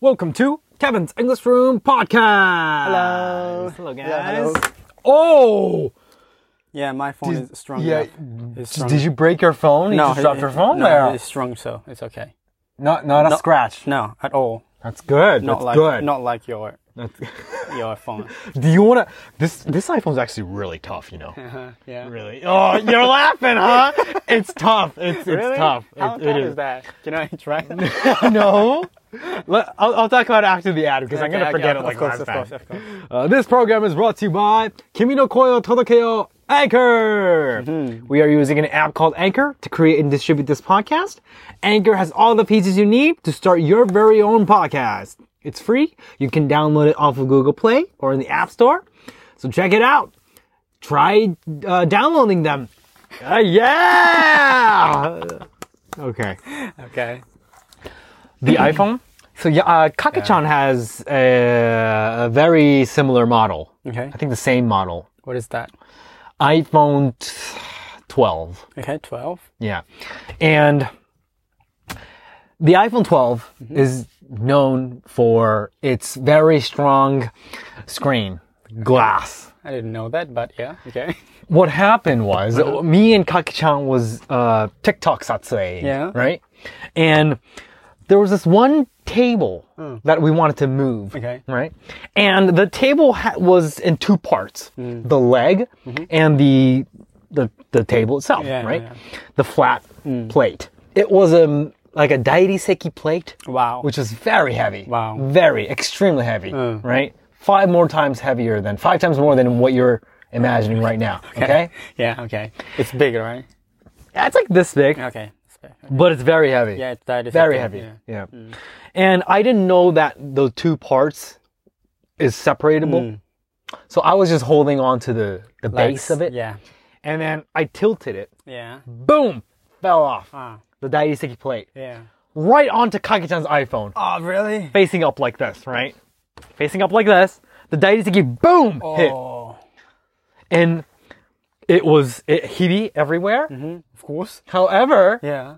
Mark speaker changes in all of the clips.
Speaker 1: Welcome to Kevin's English Room Podcast.
Speaker 2: Hello.
Speaker 1: Hello, guys.
Speaker 2: Hello, hello.
Speaker 1: Oh,
Speaker 2: Yeah, my phone is strung.
Speaker 1: yeah.
Speaker 2: up. It's strung.
Speaker 1: Did you break your phone? you just
Speaker 2: it-
Speaker 1: dropped your
Speaker 2: it-
Speaker 1: phone
Speaker 2: no,
Speaker 1: there.
Speaker 2: It's strung, so it's okay.
Speaker 1: Not, not a
Speaker 2: No.
Speaker 1: scratch.
Speaker 2: No, at all.
Speaker 1: That's good.
Speaker 2: Not
Speaker 1: That's
Speaker 2: like
Speaker 1: good.
Speaker 2: not like your
Speaker 1: That's-
Speaker 2: your phone.
Speaker 1: Do you want to? This this iPhone's actually really tough, you know.
Speaker 2: Uh-huh, yeah.
Speaker 1: Really? Oh, you're laughing, huh? It's tough. It's it's tough.
Speaker 2: How
Speaker 1: It- it
Speaker 2: tough is that? Can I try? it?
Speaker 1: no. Let, I'll, I'll talk about it after the ad because I'm
Speaker 2: Okay,
Speaker 1: gonna
Speaker 2: okay,
Speaker 1: forget
Speaker 2: of
Speaker 1: it like
Speaker 2: course,
Speaker 1: last
Speaker 2: of course,
Speaker 1: time.
Speaker 2: of course.
Speaker 1: Uh, this program is brought to you by Kimi no Koyo Todokeo Anchor. We are using an app called Anchor to create and distribute this podcast. Anchor has all the pieces you need to start your very own podcast. It's free. You can download it off of Google Play or in the App Store. So check it out. Try uh, downloading them. Uh, yeah. okay
Speaker 2: Okay.
Speaker 1: the iPhone. Mm-hmm. So yeah, uh, Kakechan has a, a very similar model.
Speaker 2: Okay.
Speaker 1: I think the same model.
Speaker 2: What is that?
Speaker 1: iPhone t- 12.
Speaker 2: Okay, twelve.
Speaker 1: Yeah, and the iPhone 12 is known for its very strong screen glass.
Speaker 2: I didn't know that, but yeah. Okay.
Speaker 1: What happened was
Speaker 2: Uh-huh.
Speaker 1: me and Kakechan was uh, TikTok satsue,
Speaker 2: Yeah.
Speaker 1: right? And there was this one table that we wanted to move,
Speaker 2: Hmm. Okay.
Speaker 1: right? And the table ha- was in two parts:
Speaker 2: Hmm.
Speaker 1: the leg and the the the table itself,
Speaker 2: Mm-hmm. Yeah, yeah,
Speaker 1: right?
Speaker 2: yeah. Hmm.
Speaker 1: The flat plate. It was a like a dairiseki plate,
Speaker 2: Wow.
Speaker 1: which is very heavy.
Speaker 2: Wow.
Speaker 1: Very extremely heavy, right? Five more times heavier than five times more than what you're imagining right now. Okay,
Speaker 2: yeah. Okay. It's big, right?
Speaker 1: Yeah, it's like this big,
Speaker 2: Okay. It's big.
Speaker 1: but it's very heavy.
Speaker 2: Yeah, it's that is
Speaker 1: very
Speaker 2: okay,
Speaker 1: heavy. Yeah.
Speaker 2: yeah.
Speaker 1: And I didn't know that the two parts is separatable. So I was just holding on to the, the base of it.
Speaker 2: Yeah.
Speaker 1: And then I tilted it.
Speaker 2: Yeah.
Speaker 1: Boom! Fell off.
Speaker 2: Ah.
Speaker 1: The Dairiseki plate.
Speaker 2: Yeah.
Speaker 1: Right onto Kakechan's iPhone.
Speaker 2: Oh, really?
Speaker 1: Facing up like this, right? Facing up like this. The Dairiseki boom hit.
Speaker 2: Oh.
Speaker 1: And it was it, hiri everywhere.
Speaker 2: Hmm, Of course.
Speaker 1: However,
Speaker 2: Yeah.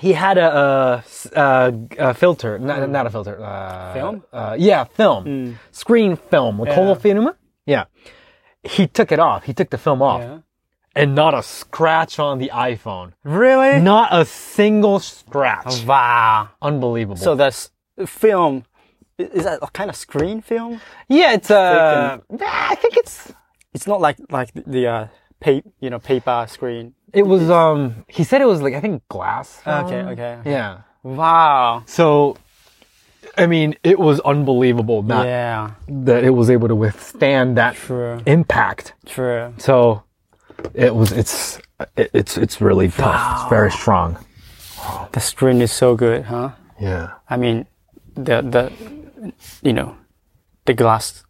Speaker 1: he had a, uh, s- uh, a filter, not, not a filter. Uh,
Speaker 2: Mm. Film? Mm.
Speaker 1: Uh, yeah, film. Screen film. Like whole film? Yeah. He took it off. He took the film off.
Speaker 2: Yeah.
Speaker 1: And not a scratch on the iPhone.
Speaker 2: Really?
Speaker 1: Not a single scratch.
Speaker 2: Wow.
Speaker 1: Unbelievable.
Speaker 2: So that's uh, film. i- Is that a kind of screen film?
Speaker 1: yeah, it's uh, nah, I think it's,
Speaker 2: It's not like like the uh, paper, you know, paper screen.
Speaker 1: it was, um, he said it was like, I think glass.
Speaker 2: Okay,
Speaker 1: film.
Speaker 2: okay.
Speaker 1: Um, Yeah.
Speaker 2: Wow.
Speaker 1: So, I mean, it was unbelievable that,
Speaker 2: Yeah.
Speaker 1: that it was able to withstand that
Speaker 2: True.
Speaker 1: impact.
Speaker 2: True.
Speaker 1: So it was it's it, it's it's really tough. It's very strong.
Speaker 2: The screen is so good, huh?
Speaker 1: Yeah.
Speaker 2: I mean, the the, you know, the glass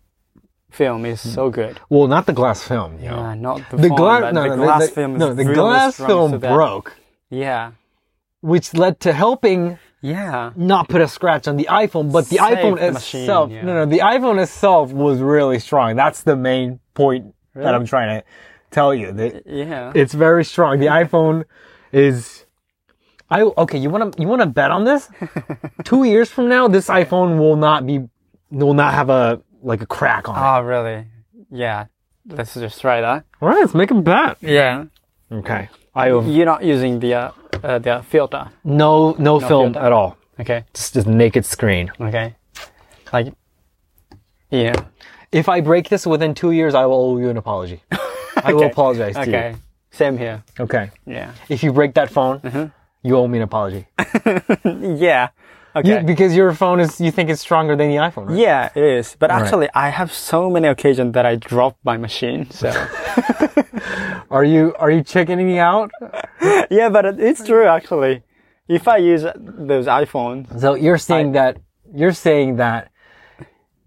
Speaker 2: film is so good.
Speaker 1: Well, not the glass film. You know.
Speaker 2: Uh, not the,
Speaker 1: Mm. Oh. The,
Speaker 2: phone,
Speaker 1: gla-
Speaker 2: but
Speaker 1: no,
Speaker 2: the
Speaker 1: no,
Speaker 2: glass
Speaker 1: the,
Speaker 2: film. Is
Speaker 1: no, the
Speaker 2: really
Speaker 1: glass
Speaker 2: strong
Speaker 1: film
Speaker 2: so that-
Speaker 1: broke,
Speaker 2: Yeah.
Speaker 1: which led to helping
Speaker 2: Yeah.
Speaker 1: not put a scratch on the iPhone, but the
Speaker 2: Save
Speaker 1: iPhone
Speaker 2: the machine,
Speaker 1: itself.
Speaker 2: yeah.
Speaker 1: No, no, the iPhone itself was really strong. That's the main point that I'm trying to tell you. That
Speaker 2: Yeah.
Speaker 1: it's very strong. The iPhone is. I okay. You want to you want to bet on this? Two years from now, this iPhone will not be will not have a like a crack on it.
Speaker 2: Oh, really? Yeah. Let's just try that.
Speaker 1: All right, let's make a bet.
Speaker 2: Yeah.
Speaker 1: Okay. I no
Speaker 2: You're not using the uh, uh, the filter.
Speaker 1: no, film
Speaker 2: filter.
Speaker 1: at all.
Speaker 2: Okay.
Speaker 1: It's just naked screen.
Speaker 2: Okay. Like, yeah.
Speaker 1: If I break this within two years, I will owe you an apology. I will apologize to
Speaker 2: Okay. Same here.
Speaker 1: you. Okay.
Speaker 2: Yeah.
Speaker 1: If you break that phone,
Speaker 2: Mm-hmm.
Speaker 1: you owe me an apology.
Speaker 2: Yeah.
Speaker 1: You-
Speaker 2: Okay.
Speaker 1: because your phone is you think it's stronger than the iPhone. Right?
Speaker 2: yeah, it is. But actually, I have so many occasions that I drop my machine. So
Speaker 1: Are you are you chickening out?
Speaker 2: yeah, but it- it's true actually. If I use those iPhones,
Speaker 1: So you're saying that you're saying that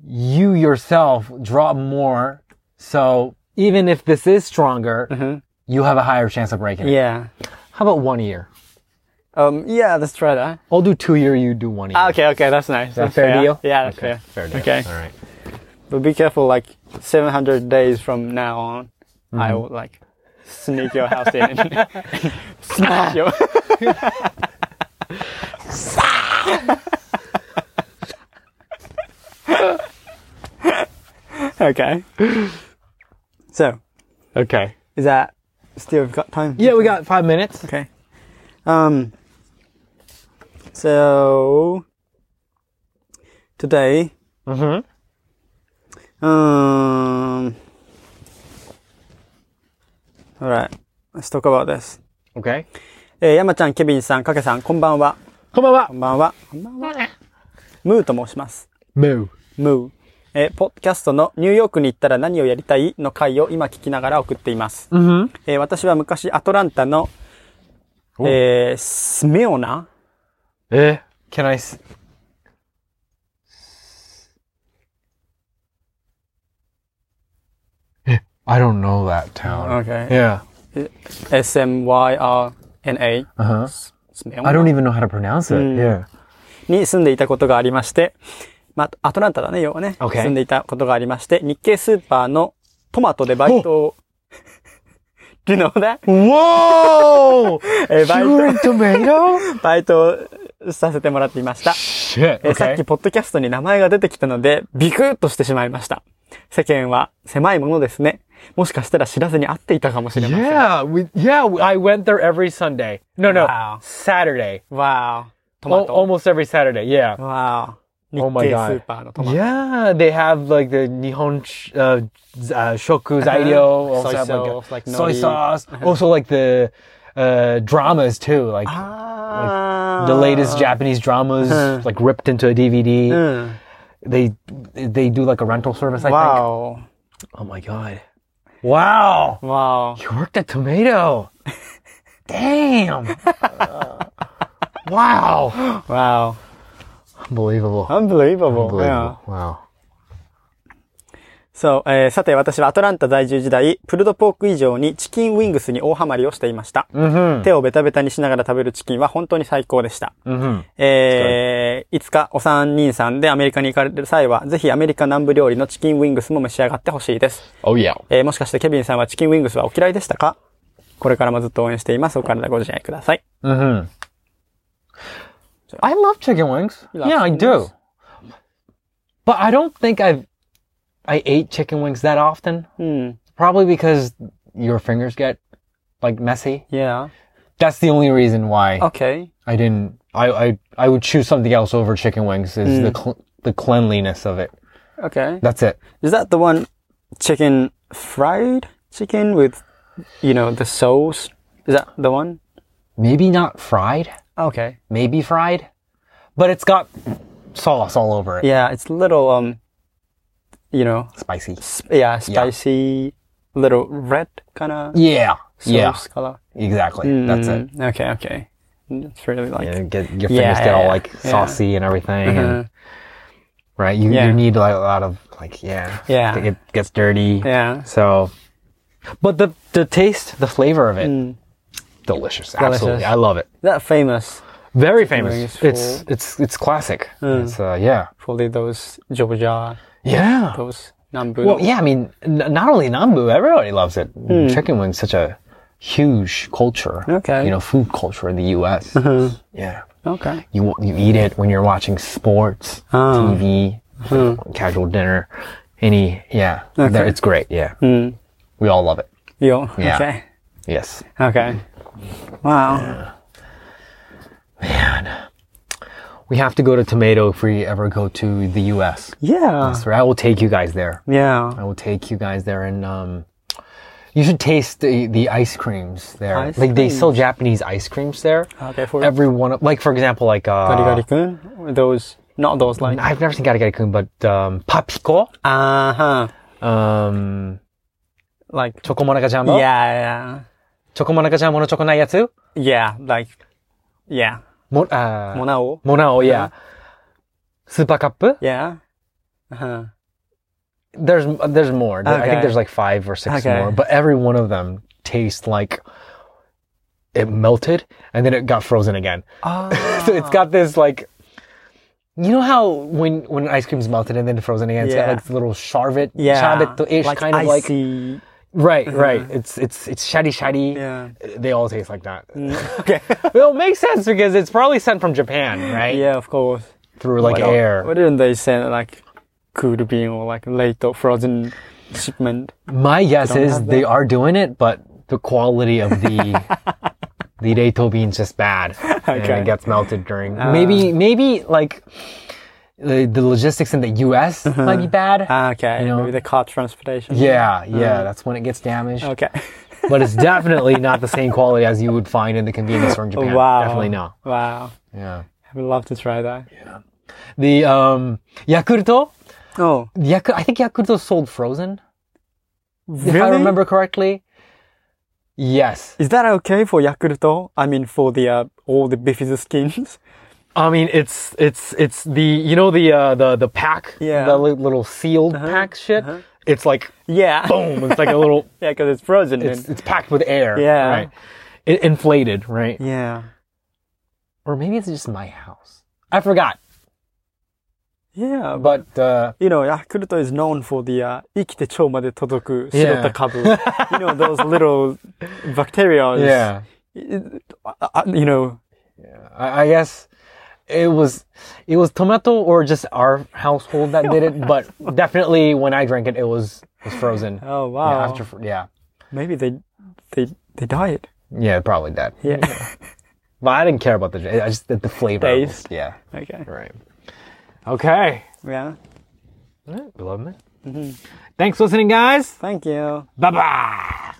Speaker 1: you yourself drop more. So even if this is stronger, you have a higher chance of breaking. it.
Speaker 2: Mm-hmm. yeah.
Speaker 1: How about one year?
Speaker 2: Um. Yeah. Let's try that.
Speaker 1: I'll do two year. You do one year.
Speaker 2: Ah, Okay. Okay. That's nice.
Speaker 1: that fair deal?
Speaker 2: Yeah. That's fair.
Speaker 1: Fair deal.
Speaker 2: Okay.
Speaker 1: All right.
Speaker 2: But be careful. Like 700 days from now on, I will like sneak your house in and smash your. Okay. So,
Speaker 1: Okay.
Speaker 2: is that still we've got time?
Speaker 1: Yeah, we got five minutes.
Speaker 2: Okay. Um. So today. Mm-hmm. Um. All right. Let's talk about this.
Speaker 1: Okay.
Speaker 2: えー、山ちゃん、ケビンさん、かけさん、こんばんは。
Speaker 1: こんばんは
Speaker 2: こん。ばんは。こんばんは。ムーと申します。
Speaker 1: Moo.
Speaker 2: ムー。えー、ポッドキャストのニューヨークに行ったら何をやりたいの回を今聞きながら送っています。
Speaker 1: Mm-hmm.
Speaker 2: えー私は昔アトランタの、
Speaker 1: お
Speaker 2: えースメオナ
Speaker 1: Eh. Can I? S- Eh, I don't know that town.
Speaker 2: Okay.
Speaker 1: Yeah.
Speaker 2: ?SMYRNA、
Speaker 1: Uh huh.
Speaker 2: スメオ
Speaker 1: I
Speaker 2: ナ
Speaker 1: don't even know how to pronounce it.
Speaker 2: Hmm.
Speaker 1: Yeah.
Speaker 2: に住んでいたことがありまして、まあ、アトランタだね、要はね。
Speaker 1: Okay.
Speaker 2: 住んでいたことがありまして、日系スーパーのトマトでバイトを、Do you know that?
Speaker 1: Whoa!
Speaker 2: えーバイ
Speaker 1: You were a tomato?
Speaker 2: ト、バイトをさせてもらっていました。
Speaker 1: Shit.
Speaker 2: えーさっき、ポッドキャストに名前が出てきたので、ビクッとしてしまいました。世間は狭いものですね。もしかしたら知らずに会っていたかもしれません。
Speaker 1: Yeah, we yeah, we- I went there every Sunday. No, no,
Speaker 2: Wow.
Speaker 1: Saturday.
Speaker 2: わー。ト
Speaker 1: Al
Speaker 2: マト。
Speaker 1: almost every Saturday. Yeah.
Speaker 2: わー。日
Speaker 1: Oh my
Speaker 2: 系ス
Speaker 1: God.
Speaker 2: ーパーのトマト。
Speaker 1: Yeah, they have like the Nihon sh- uh, z- uh, shoku zairyo. also
Speaker 2: Uh-huh. Soy
Speaker 1: have, like, a-
Speaker 2: sauce, like
Speaker 1: soy
Speaker 2: nori. Uh-huh.
Speaker 1: sauce. Also like the uh, dramas too, like
Speaker 2: Ah.
Speaker 1: the latest Japanese dramas, like ripped into a DVD. They they do like a rental service. I think.
Speaker 2: Wow.
Speaker 1: Oh my god. Wow.
Speaker 2: Wow.
Speaker 1: You worked at Tomato. Damn. Uh, wow.
Speaker 2: Wow.
Speaker 1: Unbelievable.
Speaker 2: Unbelievable. Yeah.
Speaker 1: Unbelievable. Wow.
Speaker 2: そう、えーさて私はアトランタ在住時代、プルドポーク以上にチキンウィングスに大ハマりをしていました。手をベタベタにしながら食べるチキンは本当に最高でした。えーいつかお三人さんでアメリカに行かれる際は、ぜひアメリカ南部料理のチキンウィングスも召し上がってほしいです。
Speaker 1: Oh yeah.
Speaker 2: えーもしかしてケビンさんはチキンウィングスはお嫌いでしたかこれからもずっと応援しています。お体ご自愛ください。
Speaker 1: I love chicken wings.
Speaker 2: love
Speaker 1: yeah, I
Speaker 2: chicken
Speaker 1: do.
Speaker 2: wings?
Speaker 1: But I don't think I've I ate chicken wings that often.
Speaker 2: うん。
Speaker 1: Probably because your fingers get like messy.
Speaker 2: Yeah.
Speaker 1: That's the only reason why
Speaker 2: Okay.
Speaker 1: I didn't. I, I I would choose something else over chicken wings. Is
Speaker 2: Mm.
Speaker 1: the cl- the cleanliness of it.
Speaker 2: Okay.
Speaker 1: That's it.
Speaker 2: Is that the one chicken fried chicken with, you know, the sauce? Is that the one?
Speaker 1: Maybe not fried.
Speaker 2: Okay.
Speaker 1: Maybe fried, but it's got sauce all over it.
Speaker 2: Yeah, it's little, um, you know,
Speaker 1: Spicy.
Speaker 2: sp- yeah, spicy, little red kind of
Speaker 1: Yeah.
Speaker 2: sauce
Speaker 1: Yeah.
Speaker 2: color.
Speaker 1: Exactly. That's it.
Speaker 2: Mm, Okay, okay. It's really like,
Speaker 1: and get your fingers
Speaker 2: Yeah,
Speaker 1: get
Speaker 2: yeah,
Speaker 1: all
Speaker 2: yeah.
Speaker 1: like
Speaker 2: Yeah. Uh-huh.
Speaker 1: saucy and everything, and, right? You
Speaker 2: Yeah.
Speaker 1: you need like a lot of like yeah,
Speaker 2: Yeah.
Speaker 1: It gets dirty.
Speaker 2: yeah.
Speaker 1: So, but the the taste, the flavor of it, delicious. Absolutely,
Speaker 2: Mm. Delicious.
Speaker 1: I love it.
Speaker 2: That famous
Speaker 1: Very famous.
Speaker 2: is
Speaker 1: It's it's it's classic. It's uh yeah
Speaker 2: probably those Georgia,
Speaker 1: yeah.
Speaker 2: those Nambu.
Speaker 1: Well, yeah. I mean, n- not only Nambu, everybody loves it. Chicken wings, such a huge culture.
Speaker 2: Okay.
Speaker 1: you know, food culture in the U.S. Yeah.
Speaker 2: Okay.
Speaker 1: you wa- you eat it when you're watching sports, TV, casual dinner, any yeah, there- it's great. Yeah, we all love it.
Speaker 2: Yo.
Speaker 1: Yeah.
Speaker 2: Okay.
Speaker 1: Yes.
Speaker 2: Okay. Wow.
Speaker 1: We have to go to Tomato if we ever go to the U.S.
Speaker 2: Yeah.
Speaker 1: So I will take you guys there.
Speaker 2: Yeah.
Speaker 1: I will take you guys there, and um, you should taste the, the ice creams there.
Speaker 2: Ice
Speaker 1: like they sell Japanese ice creams there.
Speaker 2: Okay. For
Speaker 1: Every one of like for example like uh,
Speaker 2: Gari Kun? Those, not those like.
Speaker 1: I've never seen Garigari Kun, but um, Papiko,
Speaker 2: Uh huh.
Speaker 1: um,
Speaker 2: Like.
Speaker 1: Chocomonaka Jumbo,
Speaker 2: Yeah,
Speaker 1: Chocomonaka Jumbo no Chokonai Yatsu.
Speaker 2: yeah. Yeah, like. Yeah.
Speaker 1: Mo- uh,
Speaker 2: Monao?
Speaker 1: Monao, yeah. Super Cup.
Speaker 2: Yeah. Uh huh.
Speaker 1: There's there's more. There- I
Speaker 2: Okay.
Speaker 1: think there's like five or six
Speaker 2: Okay.
Speaker 1: more, but every one of them tastes like it melted and then it got frozen again.
Speaker 2: Ah.
Speaker 1: So it's got this like you know how when when ice cream's melted and then frozen again, it's got
Speaker 2: Yeah.
Speaker 1: like this little charvet,
Speaker 2: Yeah.
Speaker 1: ish
Speaker 2: like
Speaker 1: kind of like
Speaker 2: icy.
Speaker 1: right, right. It's it's it's shady shady.
Speaker 2: Yeah. Mm.
Speaker 1: They all taste like that.
Speaker 2: Okay.
Speaker 1: It'll make sense because it's probably sent from Japan, right?
Speaker 2: yeah, of course.
Speaker 1: Through like
Speaker 2: Why not?
Speaker 1: air.
Speaker 2: Why didn't they send like could be or like late or frozen shipment.
Speaker 1: My guess
Speaker 2: don't
Speaker 1: is
Speaker 2: have
Speaker 1: they are doing it, but the quality of the the reto beans just bad, and
Speaker 2: Okay. Uh.
Speaker 1: it gets melted during. maybe maybe like the, the logistics in the U.S. might be bad.
Speaker 2: Ah, okay.
Speaker 1: You know?
Speaker 2: Maybe the car transportation.
Speaker 1: yeah, yeah, that's when it gets damaged.
Speaker 2: Uh, Okay.
Speaker 1: But it's definitely not the same quality as you would find in the convenience store in Japan.
Speaker 2: wow.
Speaker 1: Definitely not.
Speaker 2: Wow.
Speaker 1: Yeah.
Speaker 2: I would love to try that.
Speaker 1: The um, Yakulto,
Speaker 2: Oh,
Speaker 1: Yaku- I think Yakulto sold frozen,
Speaker 2: really?
Speaker 1: if I remember correctly. Yes.
Speaker 2: Is that okay for Yakulto? I mean, for the uh, all the Bifidus skins.
Speaker 1: I mean, it's it's it's the you know the uh, the the pack,
Speaker 2: Yeah. Uh-huh.
Speaker 1: the li- little sealed pack shit. It's like
Speaker 2: yeah.
Speaker 1: boom, it's like a little,
Speaker 2: yeah, because it's frozen.
Speaker 1: it's
Speaker 2: and-
Speaker 1: it's packed with air,
Speaker 2: Yeah.
Speaker 1: right? It, inflated, right?
Speaker 2: yeah.
Speaker 1: Or maybe it's just my house. I forgot,
Speaker 2: Yeah. But
Speaker 1: but uh,
Speaker 2: you know, Yakulto is known for the uh, 生きて腸まで届く白った株。you know those little bacteria.
Speaker 1: yeah,
Speaker 2: It- uh, uh, you know.
Speaker 1: I, I guess it was it was tomato or just our household that did it, but definitely when I drank it, it was it was frozen.
Speaker 2: Oh
Speaker 1: Yeah,
Speaker 2: wow.
Speaker 1: after fr- yeah,
Speaker 2: Maybe they they they died.
Speaker 1: yeah, probably that.
Speaker 2: Yeah.
Speaker 1: But I didn't care about the I just the, the flavor. of it.
Speaker 2: Taste.
Speaker 1: Yeah.
Speaker 2: okay.
Speaker 1: Right. Okay.
Speaker 2: Yeah.
Speaker 1: We love it. Thanks for listening, guys.
Speaker 2: Thank you.
Speaker 1: Bye bye.